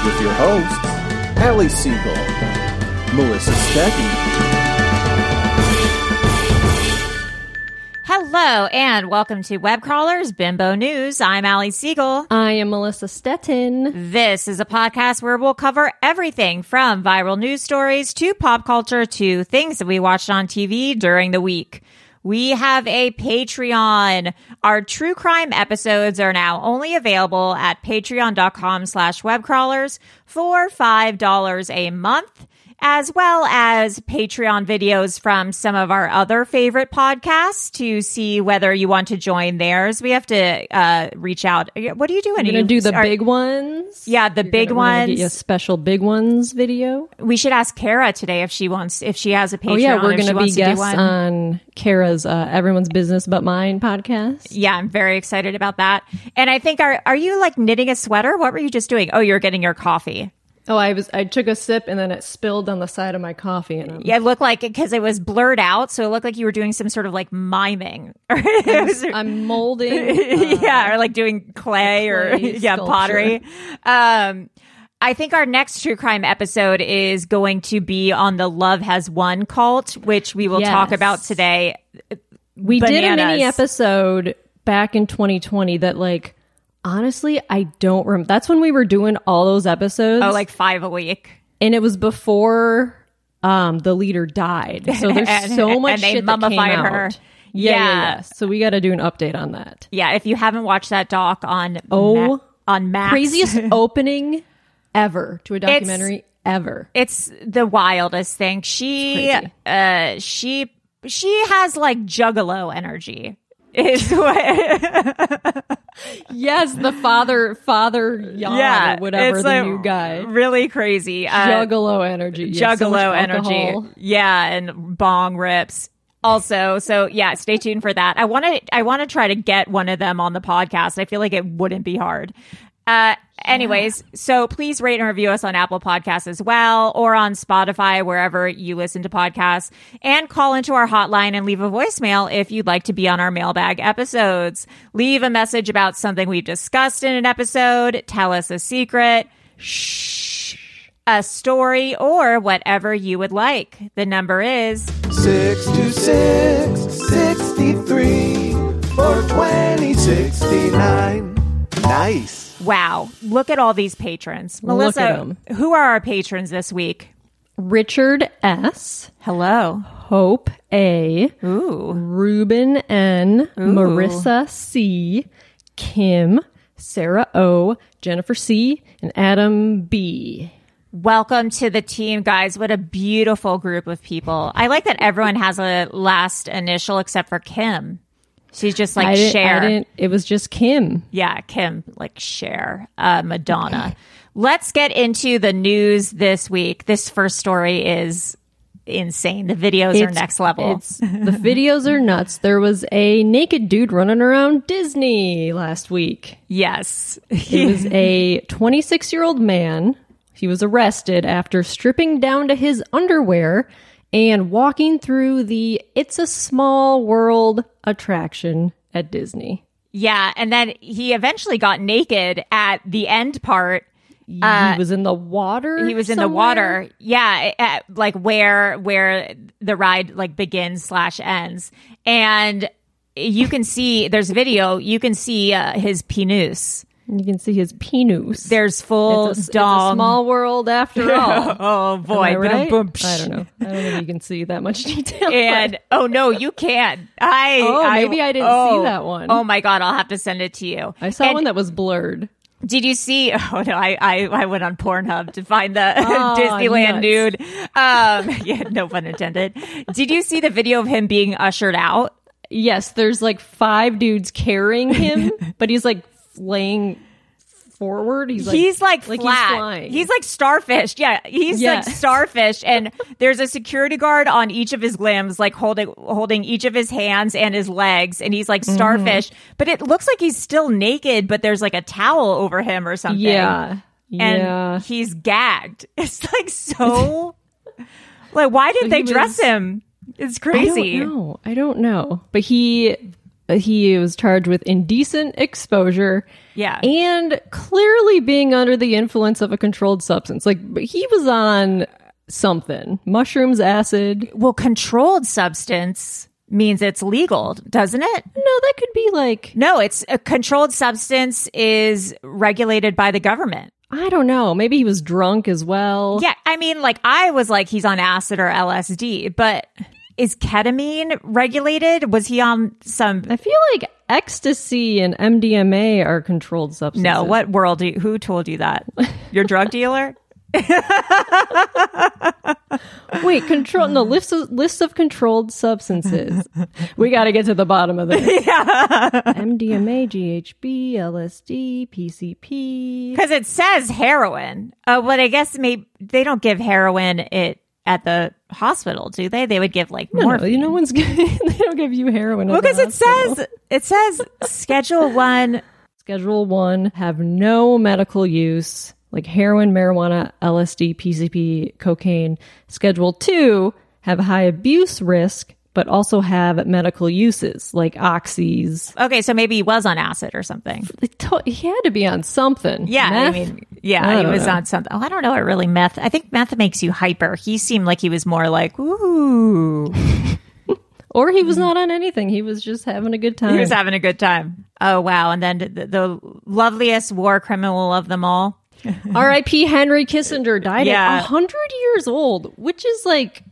With your hosts, Allie Siegel, Melissa Stecky, Hello and welcome to Web Crawlers Bimbo News. I'm Allie Siegel. I am Melissa Stettin. This is a podcast where we'll cover everything from viral news stories to pop culture to things that we watched on TV during the week. We have a Patreon. Our true crime episodes are now only available at patreon.com slash webcrawlers for $5 a month, as well as Patreon videos from some of our other favorite podcasts to see whether you want to join theirs. We have to uh, reach out. What are you doing? I'm Are gonna you- do the are- big ones. Yeah, the big We're gonna Get ones. you a special big ones video. We should ask Kara today if she wants, if she has a Patreon. oh yeah, we're if she gonna be wants to do guests one. on Kara's uh, "Everyone's Business But Mine" podcast. Yeah, I'm very excited about that. And I think are are you like knitting a sweater? What were you just doing? Oh, you're getting your coffee. Oh, I was I took a sip and then it spilled on the side of my coffee and I'm Yeah, it looked like because it was blurred out, so it looked like you were doing some sort of like miming. Or it was- I'm molding. yeah, or like doing clay, or clay yeah, sculpture. pottery. Um, I think our next true crime episode is going to be on the Love Has Won cult, which we will talk Yes. about today. We did a Bananas. mini episode back in 2020 that like honestly I don't remember. That's when we were doing all those episodes. Oh, like five a week. and it was before um the leader died. So there's And- so much and they shit that came mummified her. out. Yeah, yeah, Yeah. yeah. So we got to do an update on that. Yeah, if you haven't watched that doc on Oh, Ma- on Max, Craziest opening ever to a documentary ever. it's the wildest thing. She It's uh she she has like juggalo energy. Is what Yes, the father father yawn yeah, or whatever it's, the like, new guy. Really crazy. Uh, Juggalo energy. Yeah, so much juggalo energy. alcohol. Yeah, and bong rips. Also, so yeah, stay tuned for that. I want to I want to try to get one of them on the podcast. I feel like it wouldn't be hard. Uh anyways, so please rate and review us on Apple Podcasts as well or on Spotify wherever you listen to podcasts and call into our hotline and leave a voicemail if you'd like to be on our mailbag episodes. Leave a message about something we've discussed in an episode, tell us a secret, a story, or whatever you would like. The number is 626 63 or 2069. Nice. wow. Look at all these patrons. Melissa, at 'em. who are our patrons this week? Richard S. Hello. Hope A. Ooh. Ruben N, Marissa C, Kim, Sarah O, Jennifer C, and Adam B. Welcome to the team, guys. What a beautiful group of people. I like that everyone has a last initial except for Kim. She's just I like didn't- I share. didn't- it was just Kim. Yeah, Kim, like share uh, Madonna. Let's get into the news this week. This first story is insane. The videos are It's- next level. It's, the videos are nuts. There was a naked dude running around Disney last week. yes. It was a 26 year old man. He was arrested after stripping down to his underwear and walking through the It's a Small World attraction at Disney. yeah. And then he eventually got naked at the end part. he was in the water. Uh, He was in the somewhere? water. Yeah. at- like where, where the ride like begins slash ends. And you can see, there's video, you can see uh, his penis. You can see his penis. There's full it's a, it's a dong. small world after all. oh boy. Am I, right? Ba-dum-bum, I don't know. I don't know if you can see that much detail. and oh no, you can. I Oh, maybe I didn't see oh, that one. Oh my god, I'll have to send it to you. I saw And one that was blurred. Did you see? Oh no, I I, I went on Pornhub to find the Oh, Disneyland nuts. nude. Um, yeah, no pun intended. Did you see the video of him being ushered out? Yes, there's like five dudes carrying him, but he's like laying forward. He's like he's like, flat. He's, He's, flying. like starfish. Yeah, he's Yeah. like starfish. And there's a security guard on each of his limbs, like holding holding each of his hands and his legs, and he's like Mm-hmm. starfish. But it looks like he's still naked, but there's like a towel over him or something. yeah, and yeah. he's gagged. It's like so. like, why did So they he dress was- him? It's I crazy. don't know. I don't know. But he he was charged with indecent exposure. Yeah. And clearly being under the influence of a controlled substance. Like but he was on something. Mushrooms, acid. Well, controlled substance means it's legal, doesn't it? No, that could be like No, it's a controlled substance is regulated by the government. I don't know. Maybe he was drunk as well. Yeah, I mean, like I was like he's on acid or LSD, but is ketamine regulated? Was he on some? I feel like ecstasy and MDMA are controlled substances. No, what world? Do you, who told you that? Your drug dealer? Wait, control no list of, list of controlled substances. we got to get to the bottom of this. MDMA, GHB, LSD, PCP. Because it says heroin. Uh, but I guess maybe they don't give heroin it at the hospital, do they? They would give like No, more. no, you no one's they don't give you heroin. at Well, the because it hospital. says it says Schedule One. Schedule one have no medical use like heroin, marijuana, LSD, PCP, cocaine. Schedule two have high abuse risk, but also have medical uses like oxys. Okay, so maybe he was on acid or something. It to- he had to be on something. Yeah, I Meth? mean, yeah, I he don't was know. on something. Oh, I don't know. It really meth. I think meth makes you hyper. He seemed like he was more like ooh. or he was not on anything. He was just having a good time. mm-hmm. He was having a good time. Oh wow! And then the, the loveliest war criminal of them all. R.I.P. Henry Kissinger died Yeah. at hundred years old, which is like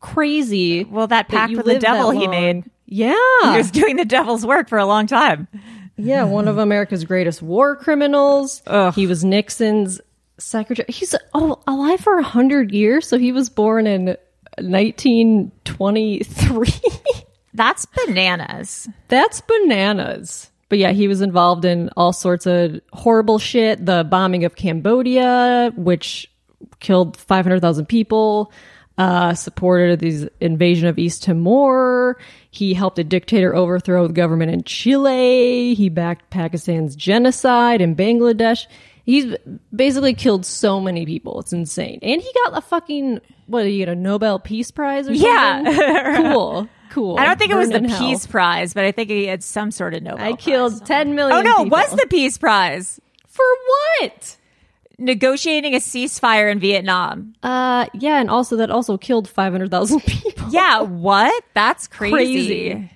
crazy. Well, that that pact you with the lived devil that he long. made. He Yeah, was doing the devil's work for a long time. yeah, one of America's greatest war criminals. He was Nixon's secretary. He's oh alive for hundred years, so he was born in nineteen twenty-three. That's bananas. That's bananas. But yeah, he was involved in all sorts of horrible shit. The bombing of Cambodia, which killed 500,000 people, uh, supported the invasion of East Timor. He helped a dictator overthrow the government in Chile. He backed Pakistan's genocide in Bangladesh. He's basically killed so many people. It's insane. And he got a fucking, what, he got a Nobel Peace Prize or Yeah. something? cool. Cool. I don't think it was the Burn in Peace hell. Prize, but I think he had some sort of Nobel. I Prize. killed 10 million. Oh no! It people. was the Peace Prize for what? negotiating a ceasefire in Vietnam? Uh, yeah, and also that also killed 500,000 people. Yeah, what? That's crazy. Oh. Crazy.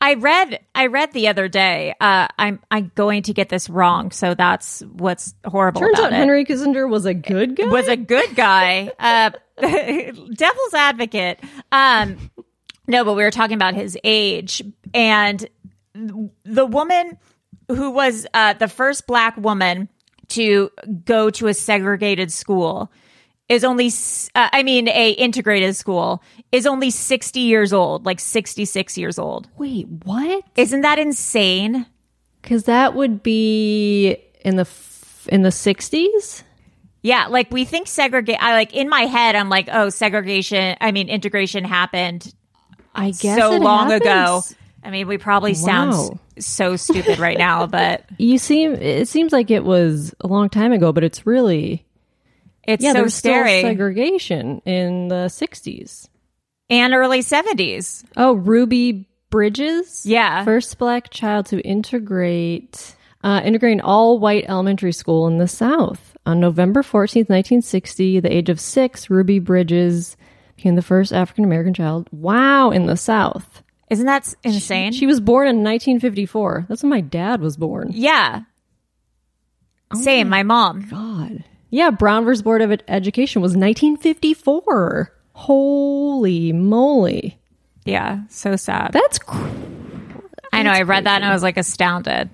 I read I read the other day. Uh, I'm I'm going to get this wrong, so that's what's horrible. Turns about out it. Henry Kissinger was a good guy. was a good guy. Uh, devil's advocate. Um, no, but we were talking about his age and the woman who was uh, the first black woman to go to a segregated school is only s- uh, I mean a integrated school is only 60 years old, like 66 years old. Wait, what? Isn't that insane? Because that would be in the f- in the sixties. Yeah, like we think segregate I like in my head I'm like, "Oh, segregation, I mean integration happened I guess so it long happens. ago." I mean, we probably sound Wow. s- so stupid right now, but You seem it seems like it was a long time ago, but it's really it's yeah. so there's scary. still segregation in the sixties. and early 70s. Oh, Ruby Bridges. Yeah. First black child to integrate uh, integrate an all white elementary school in the South. On November 14th, 1960, the age of six, Ruby Bridges became the first African American child. Wow, in the South. Isn't that s- insane? She was born in 1954. That's when my dad was born. yeah. Oh Same, my mom. God. Yeah, Brown versus Board of Ed- Education was 1954. Holy moly. Yeah, so sad. That's cr- I know. I read that and I was like astounded.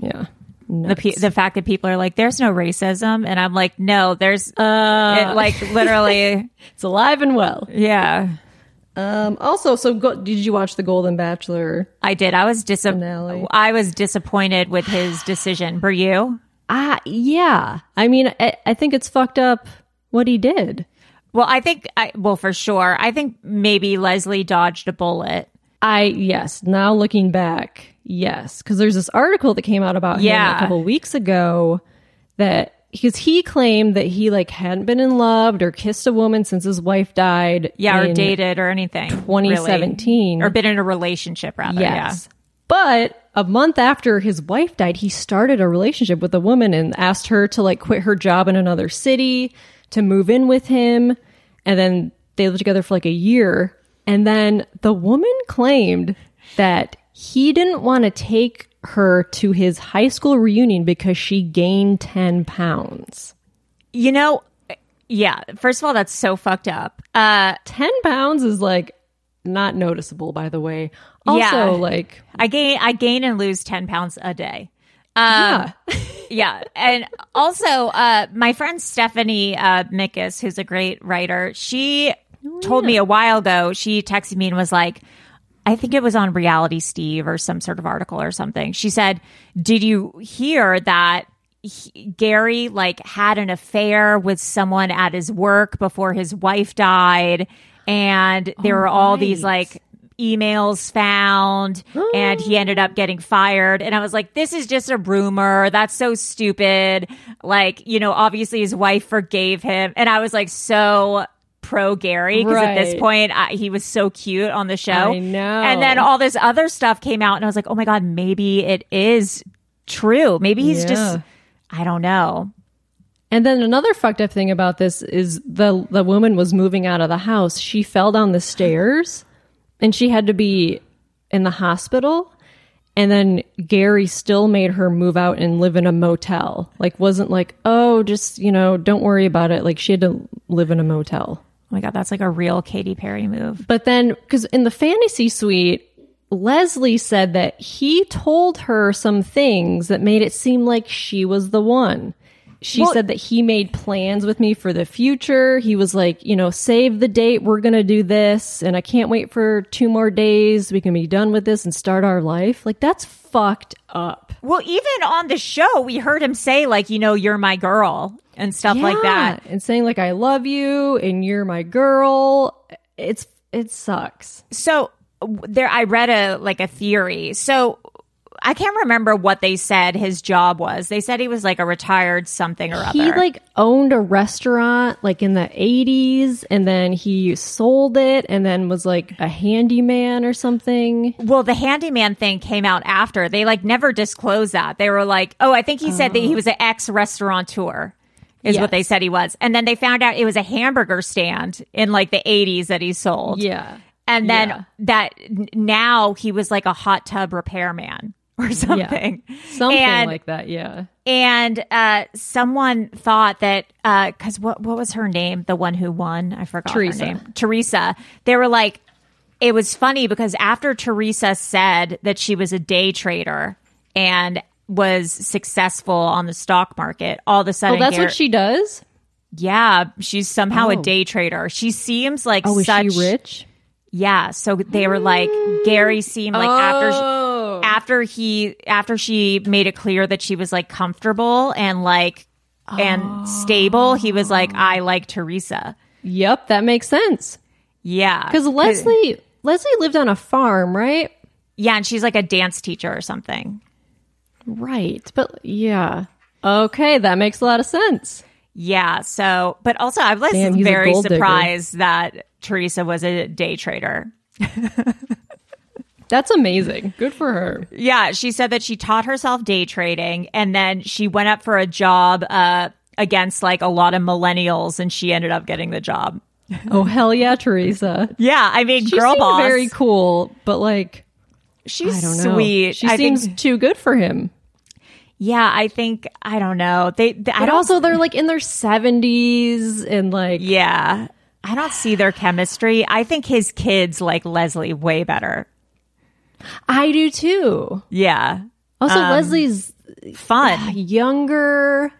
yeah. The pe- the fact that people are like, "There's no racism," and I'm like, "No, there's Uh. it, like literally, It's alive and well. yeah." Um, also, so go- did you watch The Golden Bachelor? I did. I was dis- Finale. I was disappointed with his decision. Were you? Ah, yeah. I mean, I, I think it's fucked up what he did. Well, I think. I well, for sure. I think maybe Leslie dodged a bullet. I yes. Now looking back, yes, because there's this article that came out about him Yeah. a couple weeks ago that because he claimed that he like hadn't been in loved or kissed a woman since his wife died. Yeah, or in- dated or anything. really. 2017. or been in a relationship rather. Yes. But a month after his wife died, he started a relationship with a woman and asked her to like quit her job in another city to move in with him. And then they lived together for like a year. And then the woman claimed that he didn't want to take her to his high school reunion because she gained 10 pounds. Yeah. You know. Yeah. First of all, that's so fucked up. Uh, 10 pounds is like not noticeable, by the way. Also, Yeah. like, I gain I gain and lose ten pounds a day. Um, yeah. And also, uh, my friend Stephanie uh, Mickis, who's a great writer, she told me a while ago, she texted me and was like, I think it was on Reality Steve or some sort of article or something. She said, Did you hear that? he- Gary like had an affair with someone at his work before his wife died and there were all these like emails found and he ended up getting fired and i was like this is just a rumor that's so stupid like you know obviously his wife forgave him and i was like so pro gary because at this Right. point I, he was so cute on the show I know. and then all this other stuff came out and i was like oh my god maybe it is true maybe he's just i don't know Oh And then another fucked up thing about this is the the woman was moving out of the house. She fell down the stairs and she had to be in the hospital. And then Gary still made her move out and live in a motel. Like wasn't like, "Oh, just, you know, don't worry about it." Like she had to live in a motel. oh my god that's like a real Katy perry move But then, because in the fantasy suite, Leslie said that he told her some things that made it seem like she was the one. She said that he made plans with me for the future. He was like, you know, save the date. We're going to do this. And I can't wait for two more days. We can be done with this and start our life. Like, that's fucked up. Well, even on the show, we heard him say, like, you know, you're my girl and stuff like that. And saying, like, I love you and you're my girl. It's, it sucks. So w- there, I read a like a theory. So I can't remember what they said his job was. They said he was like a retired something or other. He like owned a restaurant like in the 80s and then he sold it and then was like a handyman or something. well, the handyman thing came out after. They like never disclosed that. They were like, oh, I think he said that he was an ex restaurateur. Is what they said he was. And then they found out it was a hamburger stand in like the 80s that he sold. Yeah. and then Yeah. that n- now he was like a hot tub repairman or something Something and, like that, yeah. and uh someone thought that uh because what what was her name the one who won i forgot Teresa. her name teresa they were like it was funny because after teresa said that she was a day trader and was successful on the stock market all of a sudden Well, Oh, that's Gar- what she does. Yeah, she's somehow a Oh. day trader. She seems like Oh, is such she rich? Yeah, so they were like Gary seemed like after Oh. she, after he after she made it clear that she was like comfortable and like and stable, he was like Oh. I like Teresa. Yep, that makes sense. Yeah. Because Leslie Leslie lived on a farm, right? Yeah, and she's like a dance teacher or something. Right. But yeah. Okay, that makes a lot of sense. Yeah. So, but also I was Damn, he's a very gold digger. surprised that Teresa was a day trader. That's amazing. Good for her. Yeah, she said that she taught herself day trading and then she went up for a job uh, against like a lot of millennials and she ended up getting the job. Oh hell yeah, Teresa. Yeah, I mean, She girl seemed boss. very cool, but like she's I don't know. sweet. She I seems Think, too good for him. yeah, I think I don't know. They. they I But don't. also they're like in their seventies and like yeah, I don't see their chemistry. I think his kids like Leslie way better. I do too. Yeah, Also Um, Leslie's fun. younger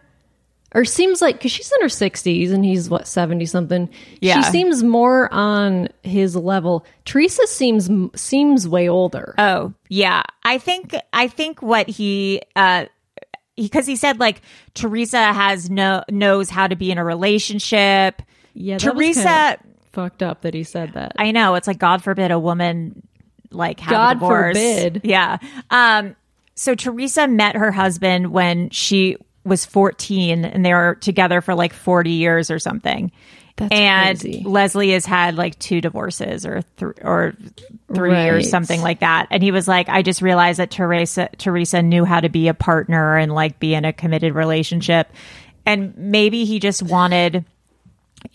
or seems like because she's in her 60s and he's what 70 something Yeah. she seems more on his level teresa seems seems way older Oh, yeah. I think I think what he uh because he, said like Teresa has no knows how to be in a relationship. yeah that was Teresa kinda fucked up that he said that I know, it's like God forbid a woman like have a God divorce. forbid. Yeah. Um so Teresa met her husband when she was 14 and they were together for like 40 years or something. That's and crazy. Leslie has had like two divorces or th- or three or Right. something like that. And he was like, I just realized that Teresa Teresa knew how to be a partner and like be in a committed relationship. And maybe he just wanted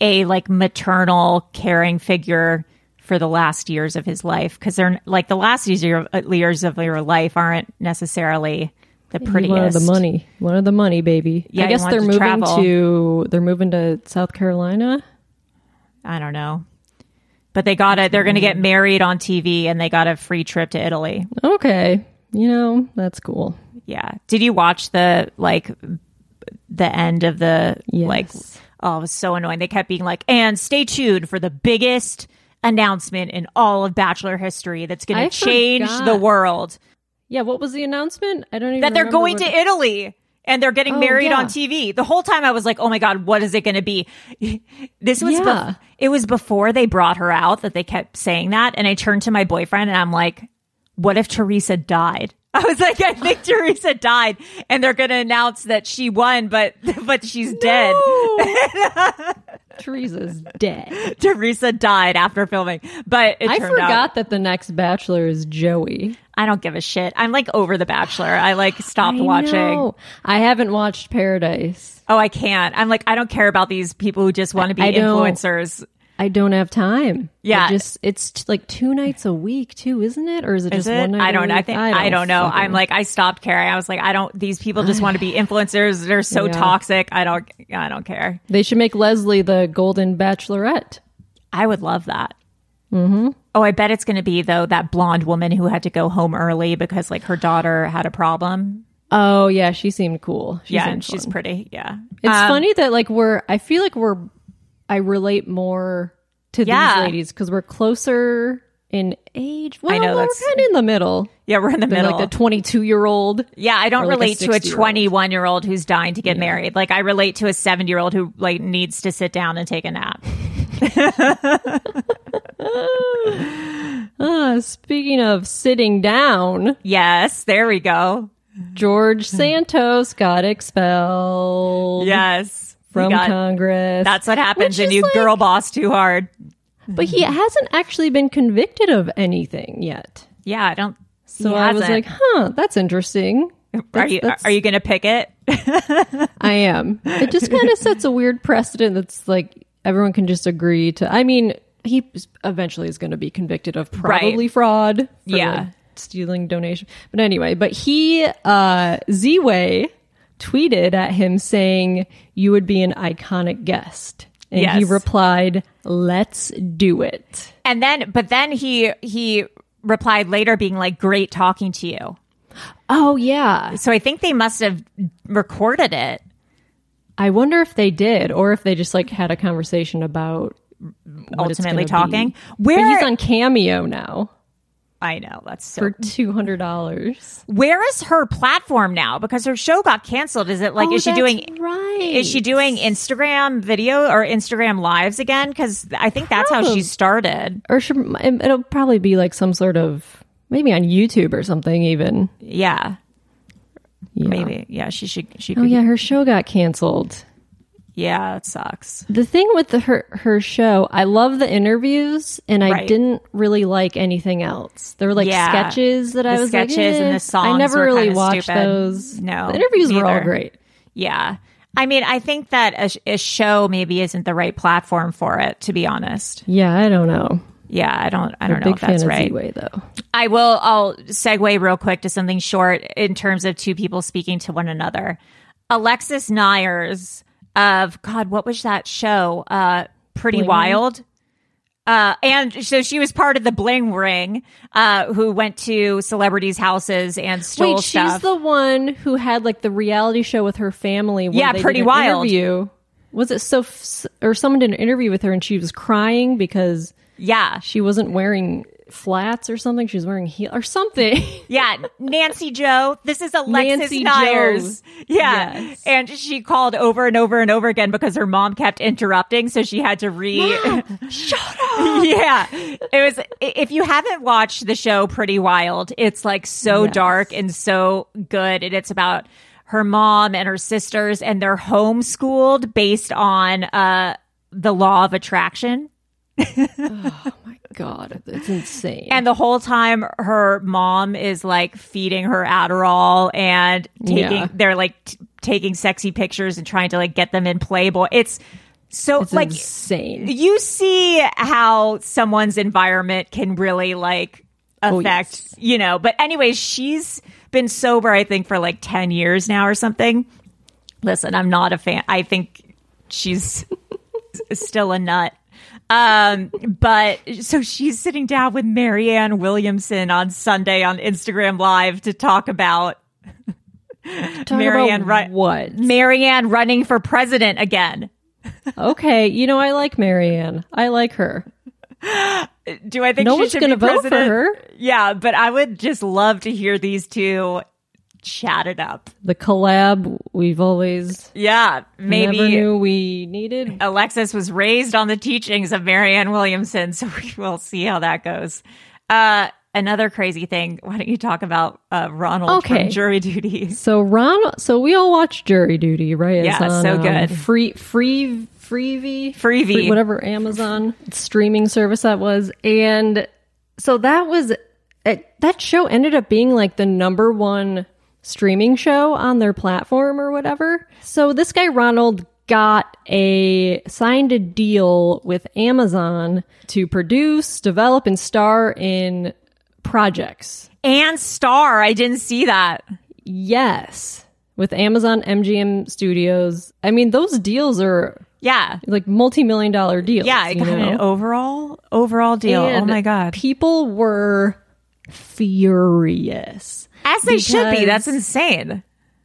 a like maternal caring figure for the last years of his life because they're like the last year, years of your life aren't necessarily the he prettiest. wanted the money He wanted the money baby Yeah, i he guess wanted they're to moving travel. to they're moving to south carolina I don't know. But they got it. They're going to get married on TV and they got a free trip to Italy. okay you know that's cool Yeah. Did you watch the like the end of the like Yes. oh it was so annoying. They kept being like, and stay tuned for the biggest announcement in all of Bachelor history that's I gonna change forgot. the world. yeah what was the announcement i don't even That they're remember going what- to Italy and they're getting Oh, married yeah. on TV. The whole time I was like, oh my God, what is it gonna be? this was bef- Yeah. it was before they brought her out that they kept saying that. And I turned to my boyfriend and I'm like, what if Teresa died? I was like, I think Teresa died, and they're going to announce that she won, but but she's dead. teresa's dead Teresa died after filming, but it I turned forgot out that the next Bachelor is Joey. I don't give a shit. I'm like over The Bachelor. I like stopped watching. know. I haven't watched Paradise. Oh, I can't. I'm like, I don't care about these people who just want to be I don't- influencers. I don't have time. Yeah. I just it's t- like two nights a week too, isn't it? Or is it Is just it? one night? I a don't. know. I week? think I don't, know. fucking- I'm like, I stopped caring. I was like, I don't. These people just want to be influencers. They're so Yeah. toxic. I don't. I don't care. they should make Leslie the Golden Bachelorette. I would love that. Mm-hmm. Oh, I bet it's going to be though that blonde woman who had to go home early because like her daughter had a problem. Oh yeah, she seemed cool. She yeah, seemed and she's fun. pretty. Yeah, It's Um, funny that like we're. I feel like we're. I relate more to Yeah. these ladies because we're closer in age. Well, know, we're that's- kind of in the middle. Yeah, we're in the Than, middle. like the twenty-two-year-old. Yeah, I don't or, like, a relate to a 60-year-old. 21 year old who's dying to get married. Like I relate to a 7 year old who like needs to sit down and take a nap. Uh, speaking of sitting down, Yes, there we go. George Santos got expelled Yes. we from got- Congress. That's what happens Which when is you like- girl boss too hard. but he hasn't actually been convicted of anything yet. Yeah, I don't So he I was hasn't. like, huh, that's interesting. are you that's- are you going to pick it? I am. It just kind of sets a weird precedent that's like everyone can just agree to. I mean, he eventually is going to be convicted of probably fraud. for, Yeah. like, stealing donation. But anyway, but he, uh, Z Way tweeted at him saying, You would be an iconic guest. And he Yes. replied, Let's do it. And then but then he he replied later being like great talking to you. Oh, yeah. So I think they must have recorded it. I wonder if they did, or if they just like had a conversation about what it's Ultimately gonna talking. be. Where- But he's on Cameo now I know that's so. for two hundred dollars. Where is her platform now? Because her show got canceled. Is it like is she doing? Oh, right? Is she doing Instagram video or Instagram lives again? Because I think that's how she started. or she, it'll probably be like some sort of maybe on YouTube or something even. Yeah, Yeah. maybe. Yeah, she should. She. Oh could, yeah, her show got canceled. yeah, it sucks. The thing with the, her her show, I love the interviews, and I Right. didn't really like anything else. There were like Yeah. sketches that I The was like, sketches and eh. the songs I never were really kinda watched stupid. those. No, the interviews were all neither. great. Yeah, I mean, I think that a, sh- a show maybe isn't the right platform for it. To be honest, Yeah, I don't know. yeah, I don't. I I'm a don't know big if that's fan right. of Z-Way though. I will. I'll segue real quick to something short in terms of two people speaking to one another. Alexis Nyers of God, what was that show? Uh, Pretty Wild. Uh, and so she was part of the Bling Ring, uh, who went to celebrities' houses and stole Wait, stuff. she's the one who had like the reality show with her family. Where Yeah, they Pretty did an Wild. Interview. Was it so? Or someone did an interview with her and she was crying because yeah, she wasn't wearing flats or something. She was wearing heel or something. yeah, Nancy Joe. This is Alexis Nancy Nyers. Yeah, Yes. and she called over and over and over again because her mom kept interrupting, so she had to re. yeah, it was. i- If you haven't watched the show Pretty Wild, it's like so dark and so good, and it's about her mom and her sisters, and they're homeschooled based on uh, the law of attraction. God, it's insane. And the whole time, her mom is like feeding her Adderall and taking, Yeah. they're like t- taking sexy pictures and trying to like get them in Playboy. It's so it's like insane. you see how someone's environment can really like Oh, affect, you know. But anyways, she's been sober, I think, for like 10 years now or something. Listen, I'm not a fan. I think she's still a nut. Um, but so she's sitting down with Marianne Williamson on Sunday on Instagram Live to talk about Talk Marianne about Ri- what? Marianne running for president again. Okay, you know I like Marianne. I like her. Do I think No she one's should gonna be vote for president? her. Yeah, but I would just love to hear these two chat it up. The collab we've always Yeah, maybe never knew we needed. Alexis was raised on the teachings of Marianne Williamson, so we will see how that goes. Uh, another crazy thing. Why don't you talk about uh, Ronald Okay. from Jury Duty? So Ron, so we all watch Jury Duty, right? Mm-hmm. Yeah, It's on, so um, good. free, free, freebie, Freevee. free, whatever Amazon streaming service that was, and so that was it, that show ended up being like the number one streaming show on their platform or whatever. So this guy Ronald got a signed a deal with Amazon to produce, develop, and star in projects. And Star, I didn't see that. Yes. With Amazon MGM Studios. I mean, those deals are Yeah, like multi million dollar deals. yeah, I you got know? an overall overall deal. oh And my god, People were furious. as they should be. because- That's insane.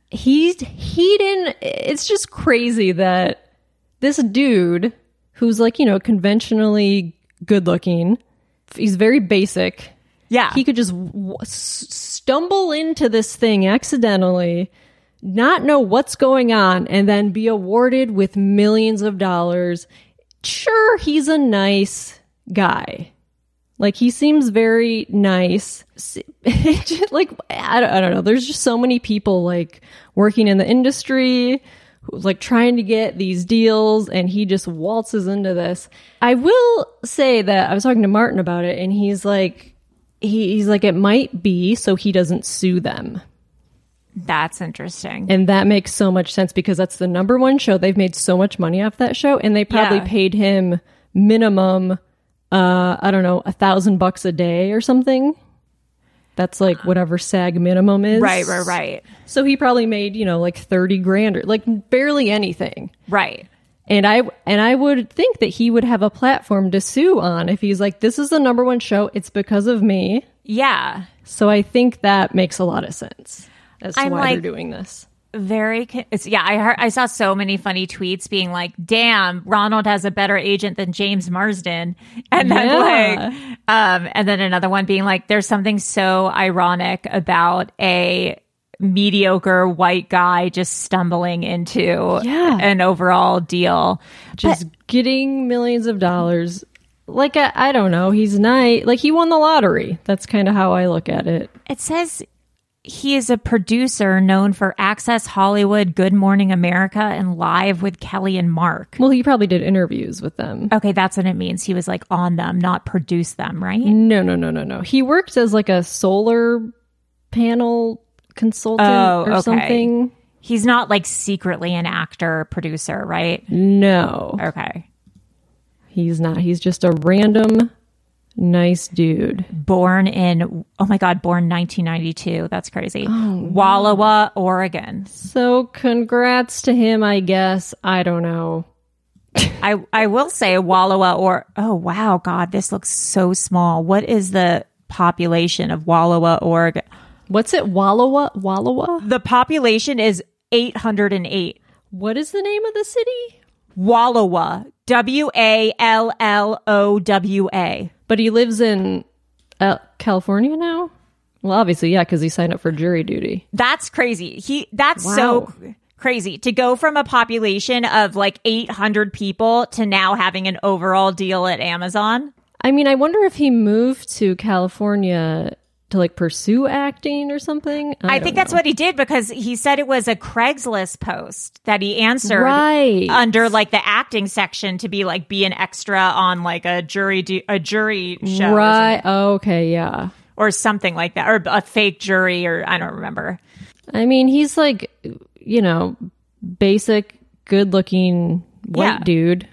He's he didn't it's just crazy that this dude who's like, you know, conventionally good looking, he's very basic. Yeah, he could just w- s- stumble into this thing accidentally not know what's going on and then be awarded with millions of dollars sure he's a nice guy like he seems very nice S- just, like I don't, I don't know there's just so many people like working in the industry who, like trying to get these deals and he just waltzes into this i will say that i was talking to martin about it and he's like he, he's like it might be so he doesn't sue them that's interesting. and that makes so much sense because that's the number one show they've made so much money off that show and they probably Yeah. paid him minimum uh i don't know a thousand bucks a day or something that's like whatever sag minimum is Right, right, right, so he probably made you know like 30 grand or like barely anything right. and I and I would think that he would have a platform to sue on if he's like, this is the number one show. It's because of me. Yeah. So I think that makes a lot of sense as to I'm why like- they're doing this. very con- it's, yeah i heard, i saw so many funny tweets being like damn ronald has a better agent than james marsden and then Yeah. like um and then another one being like there's something so ironic about a mediocre white guy just stumbling into Yeah. an overall deal just getting millions of dollars. Like I, I don't know, he's nice. Like he won the lottery. That's kind of how I look at it. It says he is a producer known for Access Hollywood, Good Morning America, and Live with Kelly and Mark. Well, he probably did interviews with them. Okay, that's what it means. He was like on them, not produce them, right? No, no, no, no, no. He worked as like a solar panel consultant Oh, or okay. something. He's not like secretly an actor, producer, right? No, Okay. he's not. He's just a random nice dude. Born in, oh my God, born 1992. That's crazy. Wallowa, Oregon. So congrats to him, I guess. I don't know. I, I will say Wallowa or, oh wow, God, this looks so small. What is the population of Wallowa, Oregon? What's it? Wallowa? Wallowa? The population is 808. What is the name of the city? Wallowa. W A L L O W A. But he lives in uh, California now? Well, obviously, yeah, because he signed up for jury duty. That's crazy. He that's so c- crazy to go from a population of like 800 people to now having an overall deal at Amazon. I mean, I wonder if he moved to California to like pursue acting or something. I, I, don't think that's know. what he did because he said it was a Craigslist post that he answered Right. under like the acting section to be like be an extra on like a jury du- a jury show. or Right. Oh, Okay. Yeah. or something like that, or a fake jury, or I don't remember. I mean, he's like, you know, basic, good looking white Yeah. dude.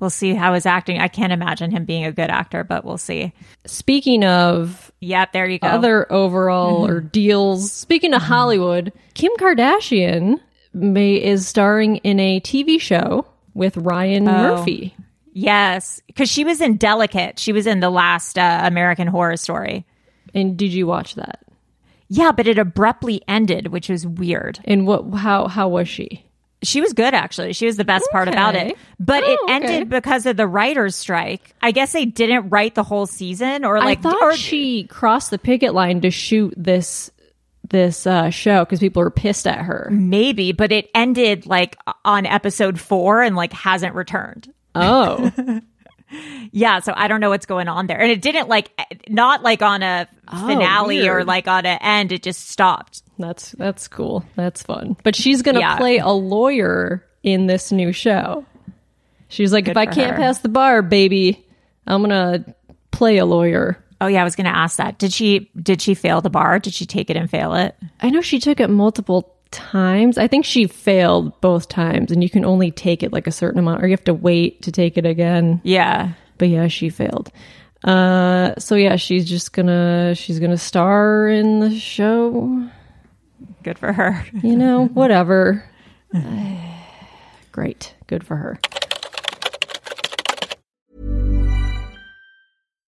We'll see how his acting. I can't imagine him being a good actor, but we'll see. Speaking of Yep, there you go. other overall or deals. Oh. Mm-hmm. Speaking of Hollywood, Kim Kardashian may is starring in a TV show with Ryan Murphy. yes, because she was in Delicate. She was in the last uh, American Horror Story. And did you watch that? Yeah, but it abruptly ended, which was weird. And what how how was she? She was good, actually. She was the best part about Okay. it. But it Oh, okay. ended because of the writer's strike. I guess they didn't write the whole season, or like, I thought or- she crossed the picket line to shoot this this uh, show because people were pissed at her. maybe, but it ended like on episode four and like hasn't returned. Oh, Yeah, so I don't know what's going on there. And it didn't like e, not like on a finale or Oh, weird. like on a end, it just stopped. that's that's cool. That's fun. But she's gonna Yeah. play a lawyer in this new show. She's like, if I for can't her. pass the bar, baby, I'm gonna play a lawyer. Oh yeah, I was going to ask that. Did she did she fail the bar? Did she take it and fail it? I know she took it multiple times. I think she failed both times, and you can only take it like a certain amount, or you have to wait to take it again. Yeah. But yeah, she failed. Uh, so yeah, she's just gonna she's gonna star in the show. Good for her. You know, whatever. Great, good for her.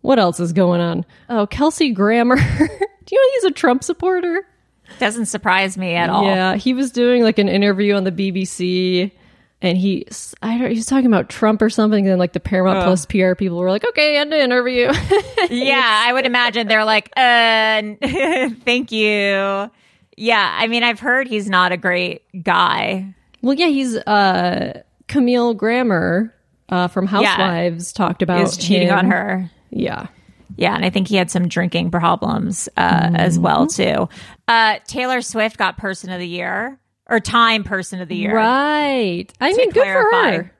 What else is going on? Oh, Kelsey Grammer. Do you know he's a Trump supporter? Doesn't surprise me at all. Yeah, he was doing like an interview on the BBC, and he I don't, he was talking about Trump or something. And then like the Paramount Plus PR people were like, "Okay, end the interview." Yeah, I would imagine they're like, uh, n- thank you. Yeah, I mean, I've heard he's not a great guy. well, yeah, he's uh Camille Grammer uh, from Housewives talked about He's cheating him. on her. Yeah, Yeah, and I think he had some drinking problems uh, as well too. Uh, Taylor Swift got Person of the Year or Time Person of the Year. right. I mean, good for clarify. her.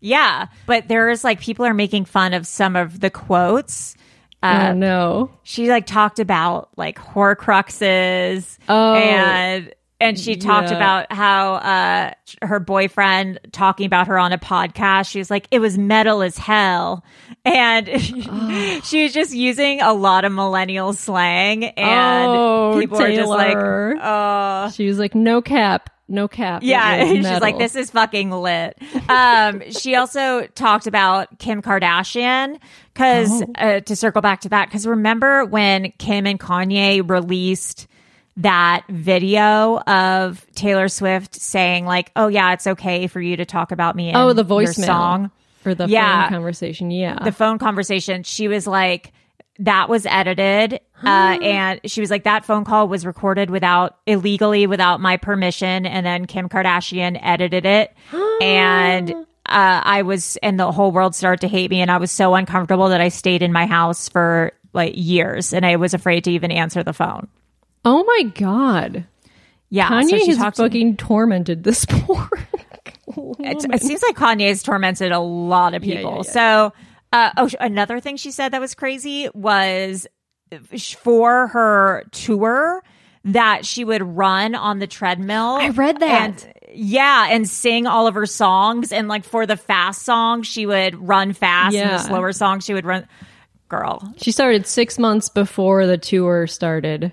Yeah, but there's like people are making fun of some of the quotes. uh, oh no. She like talked about like horcruxes. Oh. and and she talked Yeah. about how uh her boyfriend talking about her on a podcast. She was like, "It was metal as hell," and she was just using a lot of millennial slang. And oh, people are just like, uh, Taylor. she was like, no cap, no cap. It Yeah, was she's metal. like, this is fucking lit. Um, she also talked about Kim Kardashian because Oh. uh, to circle back to that, because remember when Kim and Kanye released that video of Taylor Swift saying like, "Oh yeah, it's okay for you to talk about me." In oh, the your voicemail song or the Yeah. phone conversation. Yeah, the phone conversation, she was like, that was edited. Hmm. Uh, and she was like, that phone call was recorded without illegally, without my permission. And then Kim Kardashian edited it. and uh, I was, and the whole world started to hate me. And I was so uncomfortable that I stayed in my house for like years and I was afraid to even answer the phone. oh my god, Yeah. so Kanye she has talks- fucking tormented this poor. It's- it seems like Kanye's tormented a lot of people. So, uh, oh, sh- another thing she said that was crazy was sh- for her tour that she would run on the treadmill. I read that. And, yeah, and sing all of her songs. And like for the fast song, she would run fast. And Yeah. the slower song, she would run. Girl, she started six months before the tour started.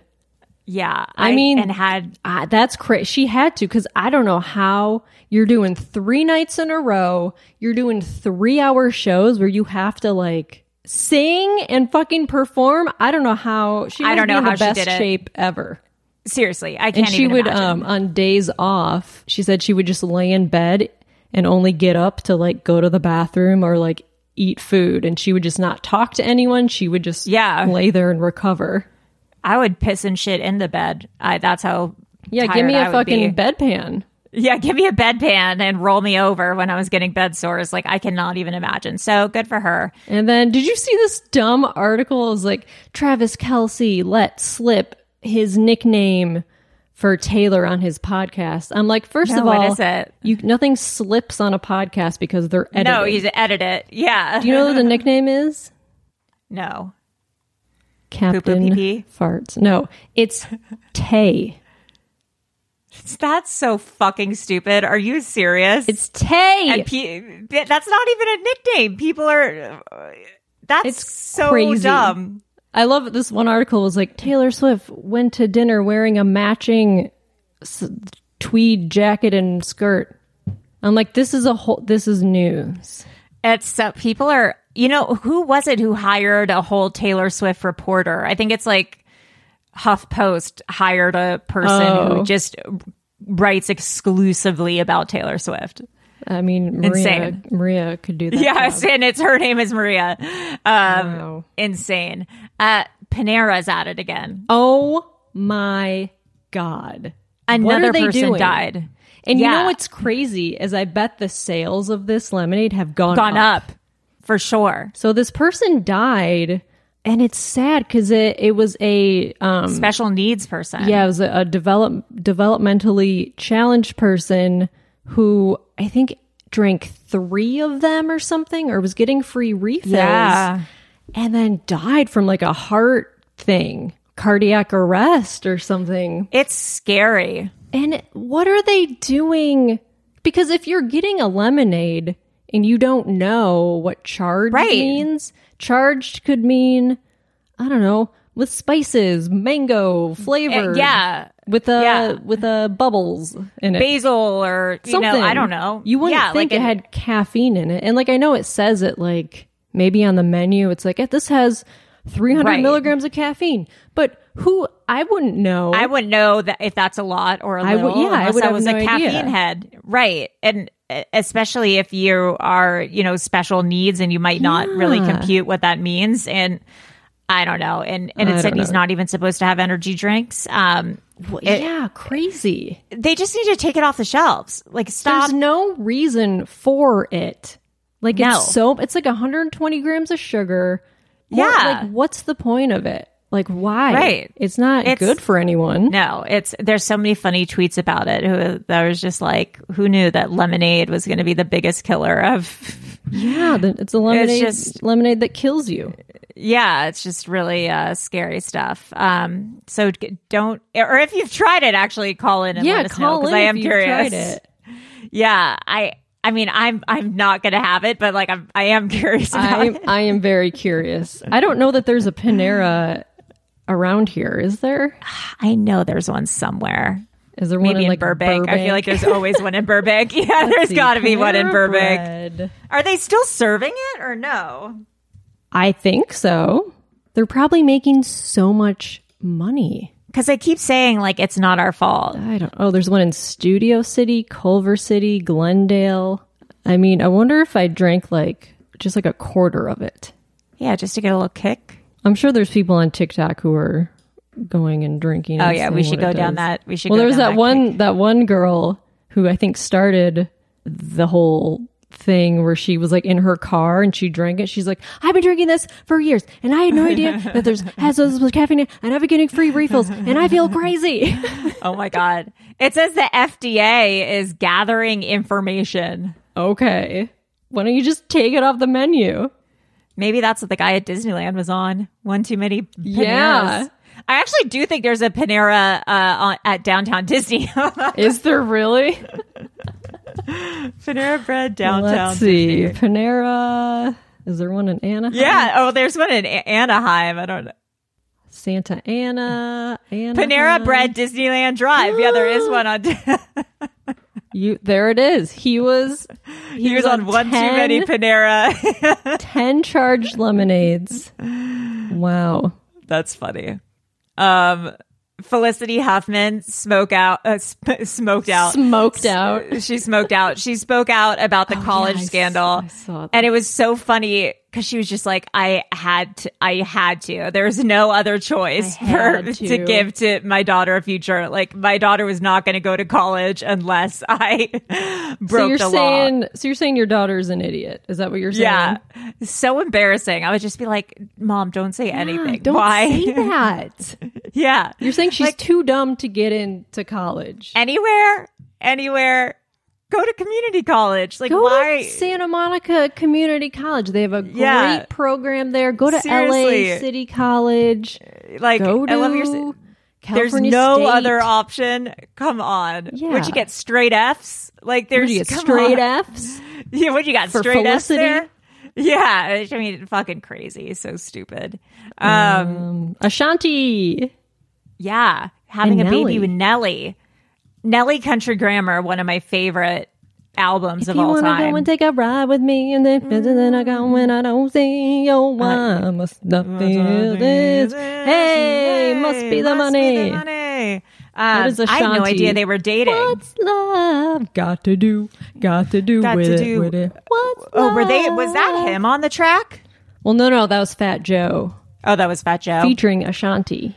yeah. I mean- and had Uh, that's crazy. She had to because I don't know how you're doing three nights in a row. You're doing three hour shows where you have to like sing and fucking perform. I don't know how she. I must don't be know in how the she best did it. shape ever. seriously, I can't. and she even would imagine. um on days off she said she would just lay in bed and only get up to like go to the bathroom or like eat food and she would just not talk to anyone she would just Yeah. lay there and recover I would piss and shit in the bed. I, that's how. yeah give tired me I a would fucking be. bedpan Yeah, give me a bedpan and roll me over when I was getting bed sores. Like I cannot even imagine. So good for her. and then did you see this dumb article it was like travis kelsey let slip his nickname for taylor on his podcast i'm like first No, of all what is it? you nothing slips on a podcast because they're edited No, he's edit it. Yeah. do you know what the nickname is no. Captain pee-pee? farts. No, it's Tay. That's so fucking stupid. Are you serious? It's Tay. and pe- that's not even a nickname. People are that's It's so crazy. dumb. I love this one article was like Taylor Swift went to dinner wearing a matching s- tweed jacket and skirt. I'm like, this is a whole. This is news. It's so people are you know who was it who hired a whole Taylor Swift reporter? I think it's like HuffPost hired a person who Oh. just writes exclusively about Taylor Swift. I mean, Maria, Insane. Maria could do that. Yes, job. and it's her name is Maria. Um, Wow. Insane. Uh, Panera's at it again. Oh my god! Another what are they person doing? died. And you Yeah. know what's crazy is I bet the sales of this lemonade have gone Gone up. up for sure. So this person died, and it's sad because it, it was a um Special needs person. yeah it was a, a develop developmentally challenged person who I think drank three of them or something or was getting free refills Yeah. and then died from like a heart thing cardiac arrest or something It's scary. and what are they doing? Because if you're getting a lemonade and you don't know what charged Right. means, charged could mean, I don't know, with spices, mango, flavor. Uh, yeah. With a Yeah. with a bubbles in it. Basil or, you know, I don't know. You wouldn't Yeah, think like it had caffeine in it. And like I know it says it like Maybe on the menu, it's like, eh, this has 300 Right. milligrams of caffeine. But who, I wouldn't know. I wouldn't know that if that's a lot or a I would- little. yeah, I unless would I have was no a idea. caffeine head, right? And uh, especially if you are, you know, special needs and you might not really Yeah. compute what that means. And I don't know. And and I it said don't he's know. not even supposed to have energy drinks. Um, Well, Eh, yeah, crazy. they just need to take it off the shelves. Like stop. There's no reason for it. Like No. it's so it's like 120 grams of sugar. What- Yeah. Like what's the point of it? Like why? Right. It's not It's- good for anyone. no, it's there's so many funny tweets about it. Who that was just like, who knew that lemonade was going to be the biggest killer of Yeah, the- it's a lemonade just- lemonade that kills you. yeah, it's just really uh, scary stuff. Um, so g- don't, or if you've tried it, actually call in and yeah, let us know call because in I am if curious. You've tried it. Yeah, I, I mean, I'm, I'm not gonna have it, but like, I'm, I am curious about I it. am, I am very curious. I don't know that there's a Panera around here. Is there? I know there's one somewhere, Is there one maybe in, in like Burbank. I feel like there's always one in Burbank. Yeah, Let's there's see, got to be one in Panera Burbank. Bread. Are they still serving it or no? I think so. They're probably making so much money. Because they keep saying like it's not our fault. I don't. Oh, there's one in Studio City, Culver City, Glendale. I mean, I wonder if I drank like just like a quarter of it. Yeah, just to get a little kick. I'm sure there's people on TikTok who are going and drinking. Oh and yeah, we seeing should what go it down does. that. We should. Well, go there was down that one kick. that one girl who I think started the whole thing where she was like in her car and she drank it. She's like, I've been drinking this for years and I had no idea that there's has this with caffeine in it, and I've been getting free refills and I feel crazy. Oh my God. It says the FDA is gathering information. okay. Why don't you just take it off the menu? Maybe that's what the guy at Disneyland was on. One too many. Paneras. Yeah. I actually do think there's a Panera uh, on, at downtown Disney. Is there really? Panera bread downtown. Let's see. Panera. Is there one in Anaheim? Yeah. Oh, there's one in A- Anaheim. I don't know. Santa Ana. Anaheim. Panera bread Disneyland Drive. Yeah, there is one on. You there it is. He was he, Here's on one too many Panera. 10 charged lemonades. Wow. That's funny. Um, Felicity Huffman smoke out, uh, sp- smoked out, Smoked out. she smoked out. She spoke out about the college I s- scandal, Oh, I saw that. and it was so funny because she was just like, "I had, to, I had to. There's no other choice I for had to. to." give to my daughter a future. Like my daughter was not going to go to college unless I broke so you're the law." saying so you're saying your daughter's an idiot. Is that what you're saying? Ah, Yeah, so embarrassing. I would just be like, "Mom, don't say anything. Don't Why? say that. yeah, You're saying she's too dumb to get into college. anywhere, anywhere. Go to community college. Like Go why? to Santa Monica Community College. They have a Yeah. great program there. Go to Seriously. LA City College. like Go to I love your. There's California no State. other option. Come on. Would Yeah. you get straight Fs? Like there's Would you get come straight on. F's? Yeah, what you got For straight Fs Felicity? there? Yeah, I mean, fucking crazy, so stupid. Um, Ashanti. yeah, having a and baby Nelly. with Nelly, Nelly Country Grammar, one of my favorite albums If of you all wanna time. go and take a ride with me, and then then I go when I don't see your Uh, why must nothing is. Hey, must be the Must money. money. That Um, is I had no Ashanti. idea they were dating. What's love got to do? Got to do Got with to it? do- With it? What's Oh, were they? Was that love? him on the track? Well, no, no, that was Fat Joe Oh, that was Fat Joe. featuring Ashanti.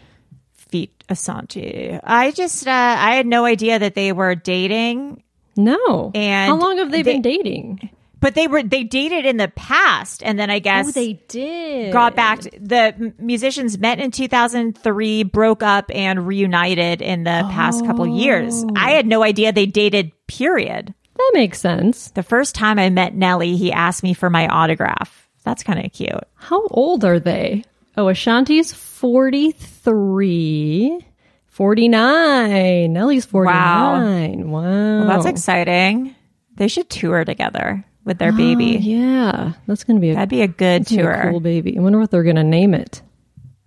Feet Asante. I just, uh, I had no idea that they were dating, No, And how long have they, they- been dating? but they were, they dated in the past. And then I guess Oh, did. got back. to- the m- musicians met in 2003, broke up, and reunited in the past couple years. I had no idea they dated, period. That makes sense. The first time I met Nelly, he asked me for my autograph. That's kind of cute. How old are they? Oh, Ashanti's 43. 49. Nelly's 49. Wow. Well, Oh. that's exciting. They should tour together with their baby. Oh, Yeah. That's going to be a, That'd be a good that's gonna be a tour. cool baby. I wonder what they're going to name it.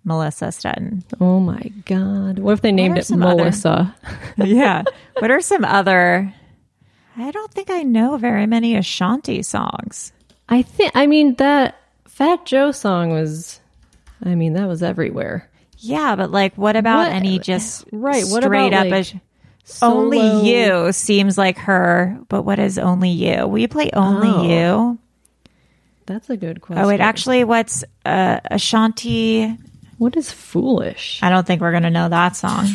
Melissa Stetton. Oh my God. What if they named are it some other- Melissa? yeah. What are some other? I don't think I know very many Ashanti songs. I think, I mean, that Fat Joe song was, I mean, that was everywhere. Yeah, but like, what about What- any just right, what straight about, up? like, a, only solo- you seems like her, but what is only you? Will you play only Oh. you? That's a good question. Oh wait, actually, what's uh, Ashanti? what is foolish? I don't think we're gonna know that song.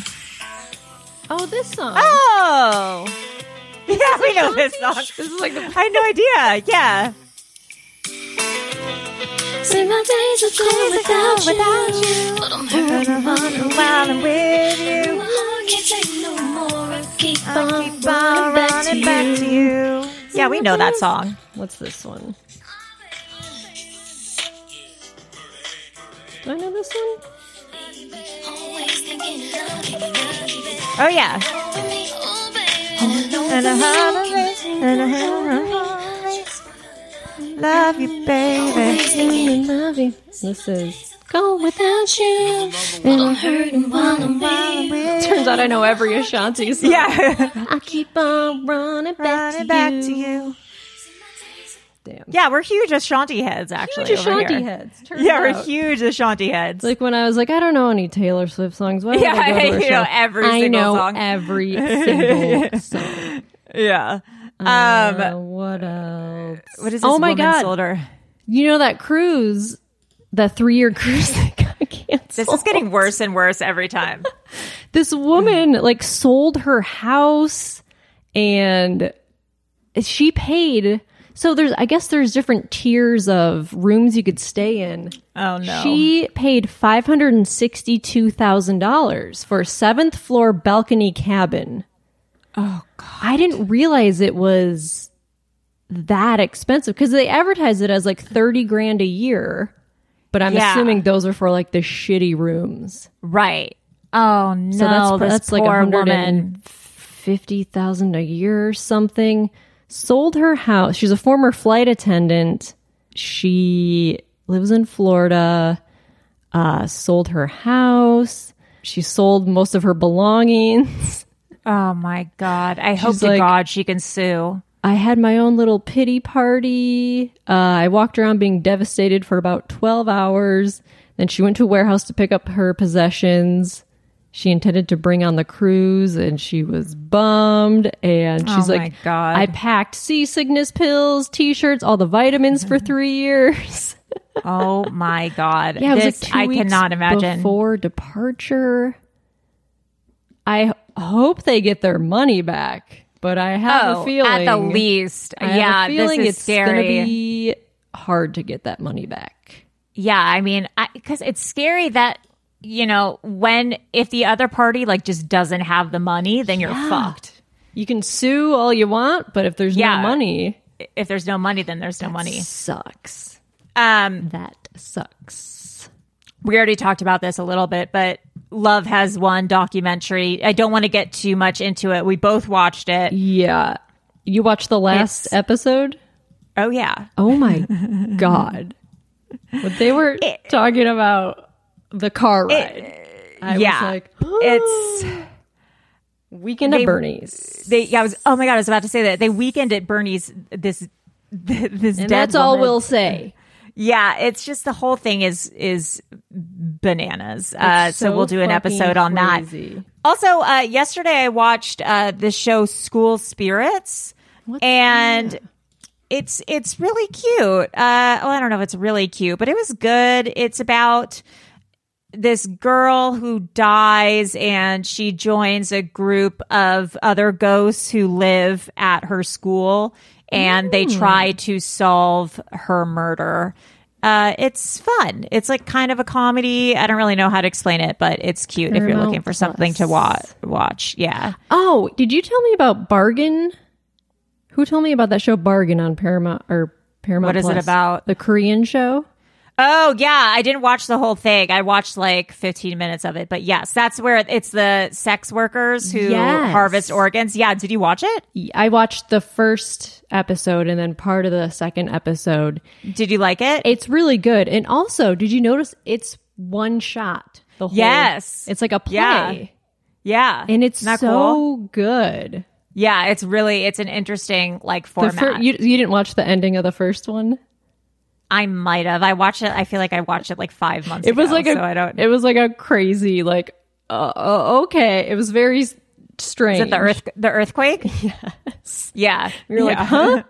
Oh, this song. Oh, yeah, we know this song. This is like the I had no idea. Yeah. Say my days are cool without, you. But I'm hurting While I'm with you, I can't take no more. I keep I on, keep on running back to you. Yeah, we know that song. What's this one? Do I know this one? Always thinking love you, love you. Oh yeah. With me, oh, baby. And a holiday, and a holiday. Love you, baby. This is. Go without you. But I'm hurting while I'm with you. Turns out I know every Ashanti song. Yeah, I keep on running back, running to, back you. to you. Damn. Yeah, we're huge Ashanti heads, actually. Huge over Ashanti here. heads. Turns Yeah, we're out. huge Ashanti heads. Like when I was like, I don't know any Taylor Swift songs. Why would Yeah, I go to her you know show? every I single know song. every single song. yeah. Um, Uh, what else? what is this Oh my woman God. sold her? You know that cruise, that three-year cruise that got canceled. This is getting worse and worse every time. this woman like sold her house and she paid so there's i guess there's different tiers of rooms you could stay in Oh no. she paid $562000 for a seventh floor balcony cabin oh god i didn't realize it was that expensive because they advertise it as like 30 grand a year but i'm Yeah. assuming those are for like the shitty rooms right. Oh no. so that's this that's like poor a hundred woman. and fifty thousand a year or something. Sold her house. She's a former flight attendant. She lives in Florida. Uh, sold her house. She sold most of her belongings. Oh my god. I hope She's to like- God she can sue. I had my own little pity party. Uh, I walked around being devastated for about 12 hours. Then she went to a warehouse to pick up her possessions. She intended to bring on the cruise and she was bummed. And she's Oh my like, God. I packed seasickness pills, t shirts, all the vitamins Mm-hmm. for three years. Oh my god. Yeah, it was this like two I weeks cannot imagine. Before departure. I h- hope they get their money back, but I have oh, a feeling. at the least. I have a yeah, feeling this is it's scary. gonna be hard to get that money back. Yeah, I mean, because it's scary that you know when if the other party like just doesn't have the money, then you're fucked. You can sue all you want, but if there's Yeah. no money, If there's no money, then there's no money. sucks. Um, That sucks. we already talked about this a little bit, but Love has one documentary. I don't want to get too much into it. We both watched it. Yeah. You watched the last It's- episode? Oh yeah, Oh my god. What they were talking about the car ride. I yeah. was like, it's weekend they- at Bernie's. they. Yeah, I was. Oh my god, I was about to say that they weekend at Bernie's. This this dead And that's all woman. we'll say. Yeah, it's just the whole thing is is bananas. Uh, so, we'll do an episode on that. Also, uh, yesterday I watched uh, the show School Spirits, and it's it's really cute. Uh, well, I don't know if it's really cute, but it was good. It's about this girl who dies and she joins a group of other ghosts who live at her school and they try to solve her murder. Uh, it's fun. It's like kind of a comedy. I don't really know how to explain it, but it's cute if you're Paramount looking for something to wa- watch. Yeah. Oh, did you tell me about Bargain? Who told me about that show Bargain on Paramount or Paramount? What is it Plus? about? The Korean show. Oh yeah, I didn't watch the whole thing. I watched like 15 minutes of it, but yes, that's where it's the sex workers who Yes. harvest organs. Yeah, did you watch it? I watched the first episode and then part of the second episode. Did you like it? It's really good. And also, did you notice it's one shot? The whole Yes. it's like a play, Yeah. yeah, and it's Isn't that so cool? good. Yeah, it's really it's an interesting like The format. fir- you, you didn't watch the ending of the first one. I might have. I watched it. I feel like I watched it like five months. It was ago, like a so I don't. it was like a crazy like uh, uh, okay. It was very s- strange. Is it the earth the earthquake? Yes. Yeah. You're like, Yeah. huh?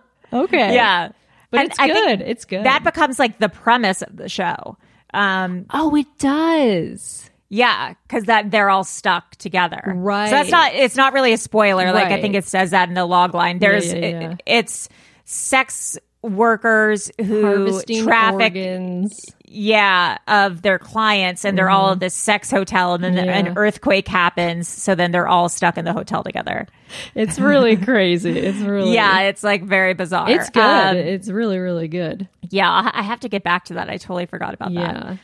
Okay. Yeah. But And it's I think good. It's good. That becomes like the premise of the show. Um, oh, it does. yeah, because that they're all stuck together. Right. So that's not. It's not really a spoiler. Like I Right. think it says that in the log line. There's. yeah, it- yeah. it's sex workers who Harvesting traffic organs. yeah of their clients and they're all at this sex hotel and then an Mm-hmm. Yeah. earthquake happens so then they're all stuck in the hotel together It's really crazy. It's really yeah it's like very bizarre It's good. Um, it's really really good. yeah I- i have to get back to that i totally forgot about that Yeah.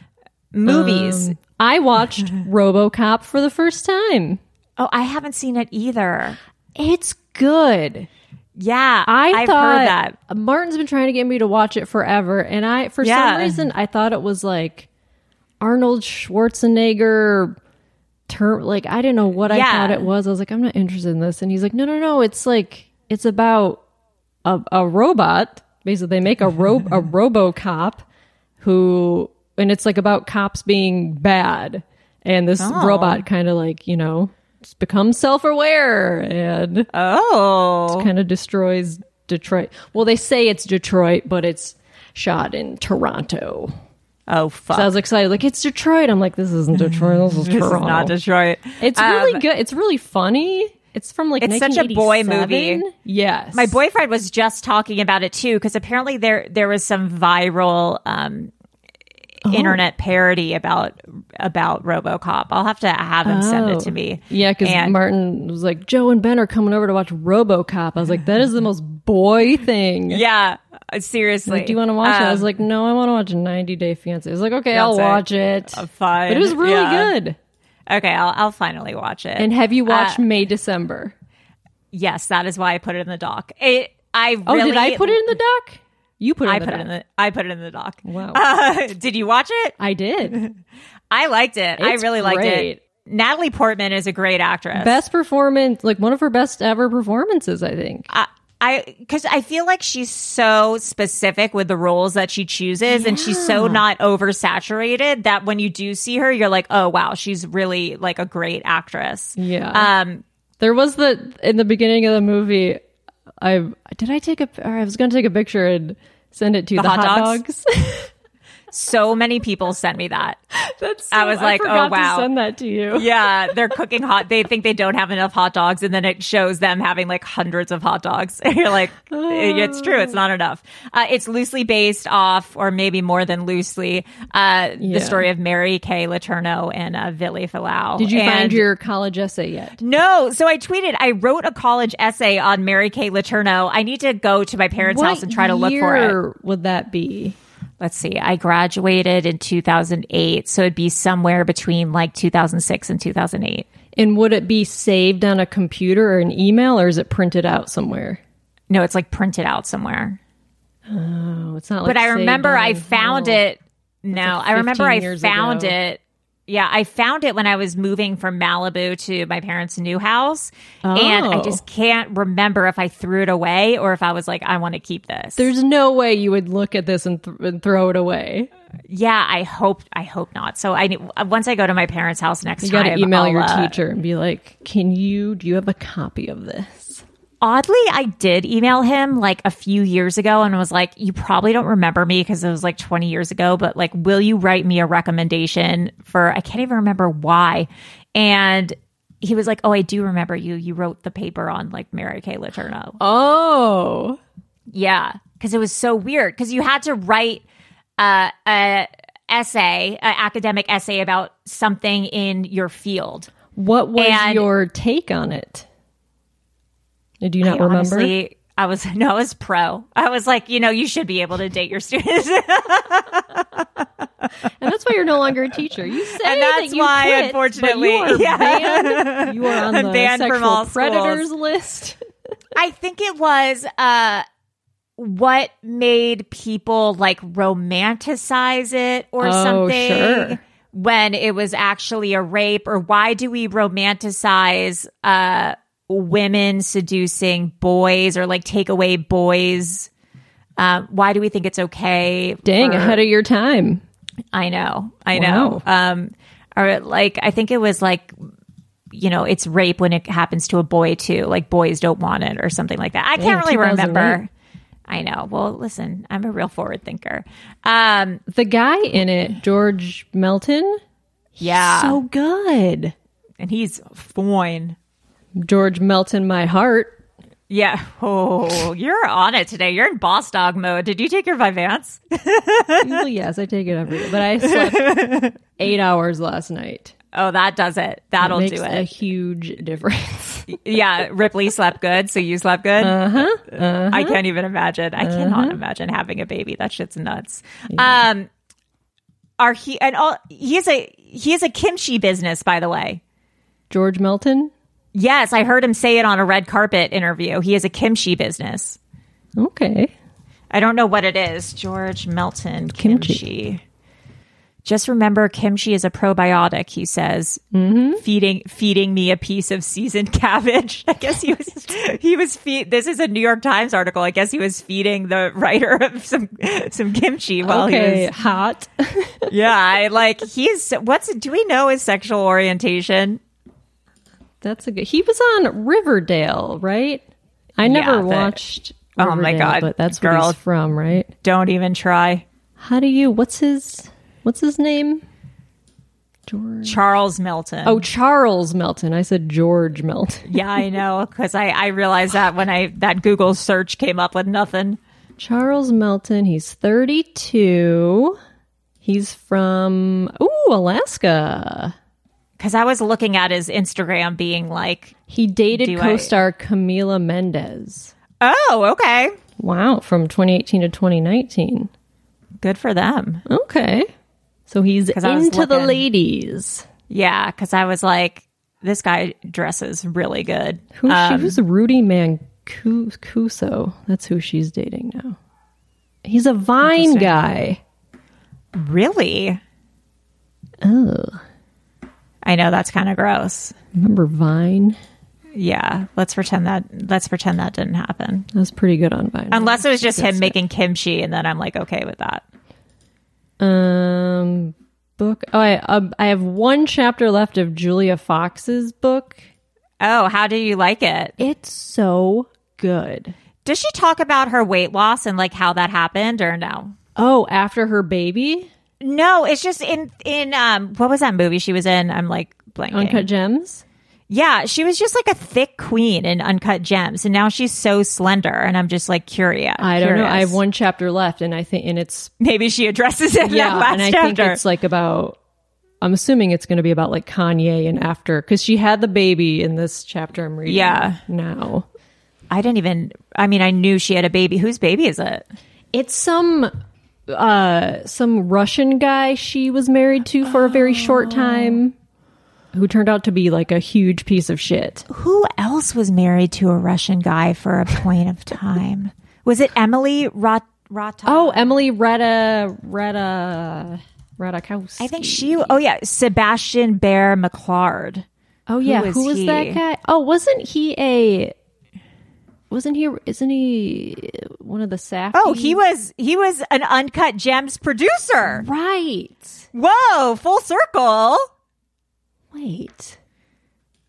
movies Um, I watched RoboCop for the first time. oh i haven't seen it either It's good. yeah I have thought heard that Martin's been trying to get me to watch it forever, and I for Yeah. some reason I thought it was like Arnold Schwarzenegger. Term like I didn't know what I Yeah. thought it was. I was like, I'm not interested in this, and he's like, No, no, no. It's like it's about a, a robot. Basically, they make a ro a RoboCop who, and it's like about cops being bad, and this Oh. robot kind of like you know just becomes self aware and oh kind of destroys Detroit. Well, they say it's Detroit, but it's shot in Toronto. oh fuck So I was excited, like it's Detroit. I'm like, this isn't Detroit. This is this Toronto. is not detroit It's Um, really good. It's really funny. It's from like It's such a boy movie. 1987. Yes, my boyfriend was just talking about it too because apparently there there was some viral um Oh. internet parody about about robocop i'll have to have him send it to me Oh. Yeah, because And- Martin was like, Joe and Ben are coming over to watch RoboCop. I was like, that is the most boy thing. yeah seriously Like, do you want to watch it? I was Um, like, no, I want to watch 90 Day Fiance. I was like, okay, I'll Fiancé. watch it. Uh, fine. But it was really Yeah. good. okay I'll, I'll finally watch it Uh, And have you watched May December? yes that is why i put it in the doc it i Oh, really did I put it in the doc? You put it. I in the put it doc. in the I put it in the doc. Wow. Uh, did you watch it? I did. I liked it. I It's really liked great. it. Natalie Portman is a great actress. Best performance, like one of her best ever performances, I think. I- I because I feel like she's so specific with the roles that she chooses, and she's so not oversaturated that when you do see her, you're like, oh wow, she's really like a great actress. Yeah. Um, there was the in the beginning of the movie. I did I take a. Or I was going to take a picture and send it to you, the, hot dogs? dogs. so many people sent me that. That's. I was like, oh, forgot to wow. send that to you. Yeah, they're cooking hot. They think they don't have enough hot dogs, and then it shows them having like hundreds of hot dogs. And you're like, "Eh, it's true, it's not enough. Uh, it's loosely based off, or maybe more than loosely, uh, Yeah. the story of Mary Kay Letourneau and uh, Vili Falau. Did you And- find your college essay yet? No, so I tweeted. I wrote a college essay on Mary Kay Letourneau. I need to go to my parents' house and try to look for it. year Would that be? Let's see. I graduated in 2008, so it'd be somewhere between like 2006 and 2008. And would it be saved on a computer or an email, or is it printed out somewhere? No, it's like printed out somewhere. Oh, it's not. Like but I saved remember on I a- found oh. it. No, like I remember 15 I years found ago. it. Yeah, I found it when I was moving from Malibu to my parents' new house. And I Oh. just can't remember if I threw it away or if I was like, I want to keep this. There's no way you would look at this and, th- and throw it away. yeah, I hope I hope not. So I once I go to my parents' house next You got time, to email I'll, your uh, teacher and be like, "Can you? Do you have a copy of this?" Oddly, I did email him like a few years ago and was like, You probably don't remember me because it was like 20 years ago, but like, will you write me a recommendation for, I can't even remember why. And he was like, Oh, I do remember you. You wrote the paper on like Mary Kay Letourneau. Oh, Yeah, because it was so weird because you had to write uh, a essay, an academic essay about something in your field. what was And- your take on it? Do you not I remember? honestly- I was no, I was pro. I was like, you know, you should be able to date your students. and that's why you're no longer a teacher. You say And that that's you why, quit, unfortunately, but you are yeah. banned. You are on the Banned from sexual all predators list. I think it was uh what made people like romanticize it or Oh, something sure. when it was actually a rape or why do we romanticize uh women seducing boys or like take away boys Um, why do we think it's okay? Dang, for- ahead of your time. I know, I know. Um, or like I think it was like you know it's rape when it happens to a boy too. Like boys don't want it or something like that. I can't really 2008. remember. I know. Well, listen, I'm a real forward thinker. Um, The guy in it, George Melton, yeah, so good. and he's fine. George Melton, my heart. Yeah. Oh, you're on it today. You're in boss dog mode. Did you take your Vivance? Usually, yes, I take it every day, but I slept eight hours last night. Oh, that does it. That'll Makes do a it. huge difference. yeah. Ripley slept good. So you slept good. Uh-huh. I can't even imagine. I cannot imagine having a baby. That shit's nuts. Um, are he and all he is a he is a kimchi business, by the way. George Melton. Yes, I heard him say it on a red carpet interview. He is a kimchi business. Okay. I don't know what it is. George Melton kimchi. Kimchi. Just remember, kimchi is a probiotic. He says, Mm-hmm. feeding feeding me a piece of seasoned cabbage. I guess he was he was feed. This is a New York Times article. I guess he was feeding the writer of some some kimchi while okay. he was. Hot. Yeah, I like he's what's do we know his sexual orientation? That's a good. He was on Riverdale, right? I never but- watched. Oh my Riverdale, God, But that's where girl. he's from, right? Don't even try. How do you? What's his? What's his name? George. Charles Melton. Oh, Charles Melton. I said George Melton. yeah, I know because I I realized that when I that Google search came up with nothing. Charles Melton. He's 32. He's from ooh Alaska. Because I was looking at his Instagram being like, He dated Do I- co-star Camila Mendez. oh, okay. Wow, from 2018 to 2019. Good for them. Okay, so he's 'Cause I was into the looking. ladies. Yeah. Because I was like, this guy dresses really good. Who Um, she was Rudy Mancuso. That's who she's dating now. He's a Vine guy. Really? Oh, I know that's kind of gross. remember Vine? Yeah. Let's pretend that, let's pretend that didn't happen. That was pretty good on Vine. Unless it was just him making kimchi and then I'm like, okay with that. um book. Oh, I um, I have one chapter left of Julia Fox's book. Oh, how do you like it? It's so good. Does she talk about her weight loss and like how that happened or no? Oh, after her baby, No, it's just in, in, um, what was that movie she was in? I'm like blanking. Uncut Gems. Yeah, she was just like a thick queen in Uncut Gems, and now she's so slender. And I'm just like curious. I don't know. curious. I have one chapter left, and I think, and it's Maybe she addresses it. in yeah, that last and I chapter. think it's like about. I'm assuming it's going to be about like Kanye and after because she had the baby in this chapter I'm reading. Yeah. now I didn't even. I mean, I knew she had a baby. Whose baby is it? it's some uh some Russian guy she was married to for a very Oh. short time, who turned out to be like a huge piece of shit. Who else was married to a Russian guy for a point of time? Was it Emily Rot? Rata? Oh, Emily Retta Retta Radakowski. I think she. Oh yeah, Sebastian Bear McClard. Oh yeah, was who was that he? guy? Oh, wasn't he a? Wasn't he? Isn't he one of the Safdies? Oh, he was he was an Uncut Gems producer. right. Whoa, full circle. Wait.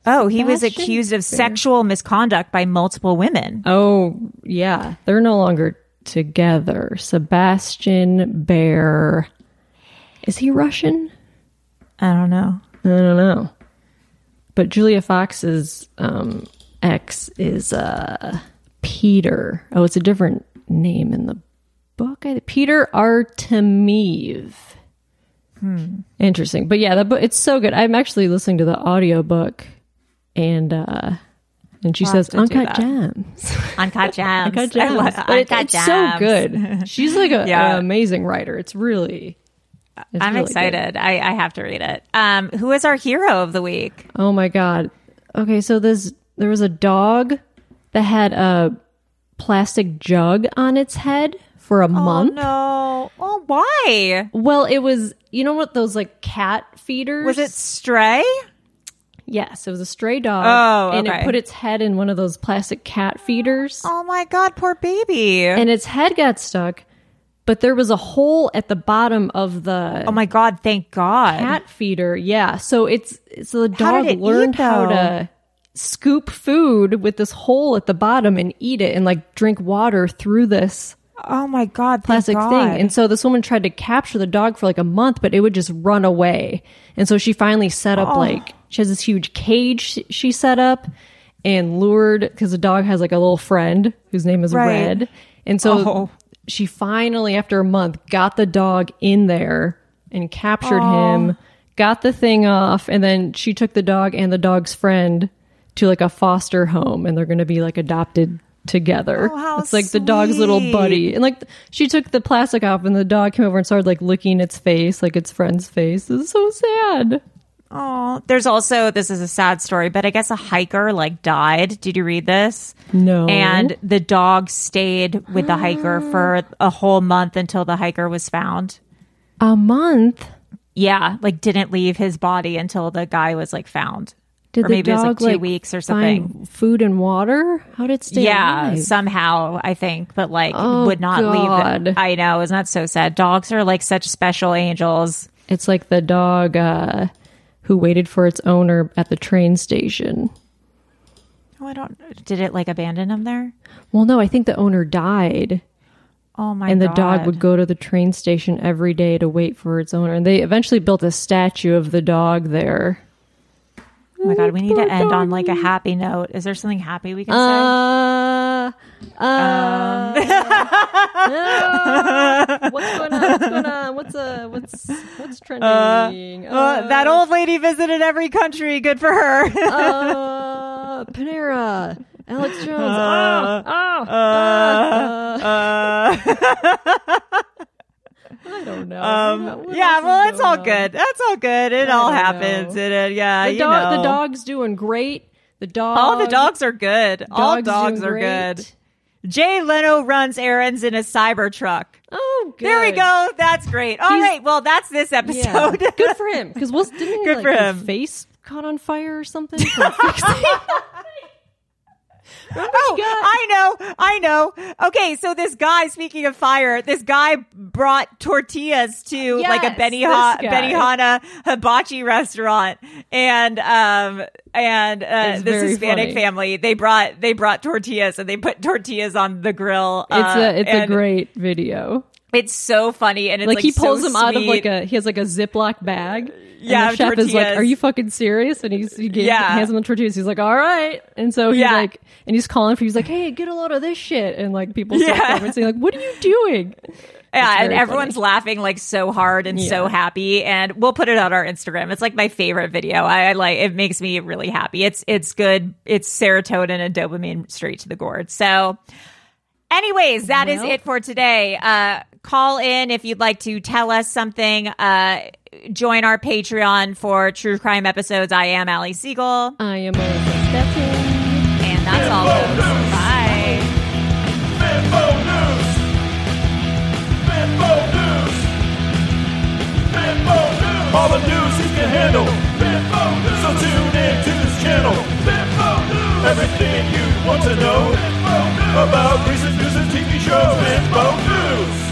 Oh, he was Sebastian accused of sexual misconduct by multiple women. Oh yeah, they're no longer together. Sebastian Bear. Is he Russian? I don't know. I don't know. But Julia Fox's um, ex is uh, Peter. Oh, it's a different name in the book. I, Peter Artemiev. Hmm. Interesting. But yeah, that book, it's so good. I'm actually listening to the audiobook and uh, and she have says to do uncut that. gems. Uncut gems. Uncut gems. I love But it- Uncut it's so Gems. good. She's like a, Yeah. an amazing writer. It's really it's I'm really good. excited. I, I have to read it. Um, who is our hero of the week? Oh my god. Okay, so this there was a dog that had a plastic jug on its head for a month. Oh, No. Oh, why? Well, it was you know what those like cat feeders? Was it Stray? Yes, it was a stray dog. Oh, and okay. it put its head in one of those plastic cat feeders, Oh my god, poor baby. Oh, and its head got stuck. But there was a hole at the bottom of the oh my god, thank God. cat feeder. Yeah, so it's so the How dog did it eat, learned how though? to scoop food with this hole at the bottom and eat it, and like drink water through this oh my god, plastic thank thing. God. And so this woman tried to capture the dog for like a month, but it would just run away. And so she finally set Oh. up like she has this huge cage sh- she set up and lured because the dog has like a little friend whose name is Right. Red. And so Oh. she finally, after a month, got the dog in there and captured him, got the thing off, and then she took the dog and the dog's friend to like a foster home and they're going to be like adopted together. Oh, how it's like the dog's little sweet. buddy. And like th- she took the plastic off and the dog came over and started like licking its face, like its friend's face. This is so sad. Oh, there's also this is a sad story, but I guess a hiker like died. Did you read this? No. And the dog stayed with the hiker for a whole month until the hiker was found. A month. Yeah, like didn't leave his body until the guy was like found. Did or the maybe it dog was like two like, weeks or something. find food and water? How did it stay yeah, alive? somehow I think, but like Oh, would not leave. God. It. I know, isn't that so sad? Dogs are like such special angels. It's like the dog uh, who waited for its owner at the train station. Oh, I don't. Did it like abandon him there? Well, no, I think the owner died, Oh my! and the God. dog would go to the train station every day to wait for its owner. And they eventually built a statue of the dog there. Oh my god, we need to end on like a happy note. Is there something happy we can Uh, uh, Um. uh, what's going on? What's going on? What's uh, what's what's trending? say? Uh, that old lady visited every country. Good for her. uh, Panera, Alex Jones. oh, oh, uh, I don't know. Um, yeah, well, that's all good. That's all good. It all don't happens. know. It, uh, yeah, The, you dog, know. the dog's doing great. The dog. All the dogs are good. all dogs doing are great. good. Jay Leno runs errands in a cyber truck. Oh, good. There we go. That's great. All right. He's- Well, that's this Yeah. episode. good for him. Because was didn't Good like, for his him. face caught on fire or something? from fixing- Oh, I know, I know. Okay, so this guy, speaking of fire, this guy brought tortillas to like a Yes, Benihana, this guy. Benihana hibachi restaurant, and um and uh, this It's very Hispanic funny. family they brought they brought tortillas and they put tortillas on the grill. it's uh, a it's a and great video. It's so funny and it's Like, like, he pulls so him out of sweet. like a he has like a Ziploc bag. Yeah, and the chef is like, tortillas. "Are you fucking serious?" And he's he gave, Yeah. hands him the tortillas. He's like, "All right." And so he's Yeah. like, and he's calling for. He's like, "Hey, get a load of this shit!" And like people start Yeah. coming and saying, "Like, what are you doing?" It's Yeah, and very everyone's funny. laughing like so hard and so happy. And we'll put it on our Instagram. It's like my favorite video. I, I like it makes me really happy. It's it's good. It's serotonin and dopamine straight to the gourd. So anyways, that is it for today. Uh call in if you'd like to tell us something. Uh join our Patreon for true crime episodes. I am Ali Siegel. I am Melissa Stetson. And that's all folks. Bye. Bimbo News! Bimbo News! Bimbo News! All the news he can handle! Bimbo News! So tune in to this channel! Bimbo News! Everything you want to know about recent news and TV shows! Bimbo News!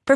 for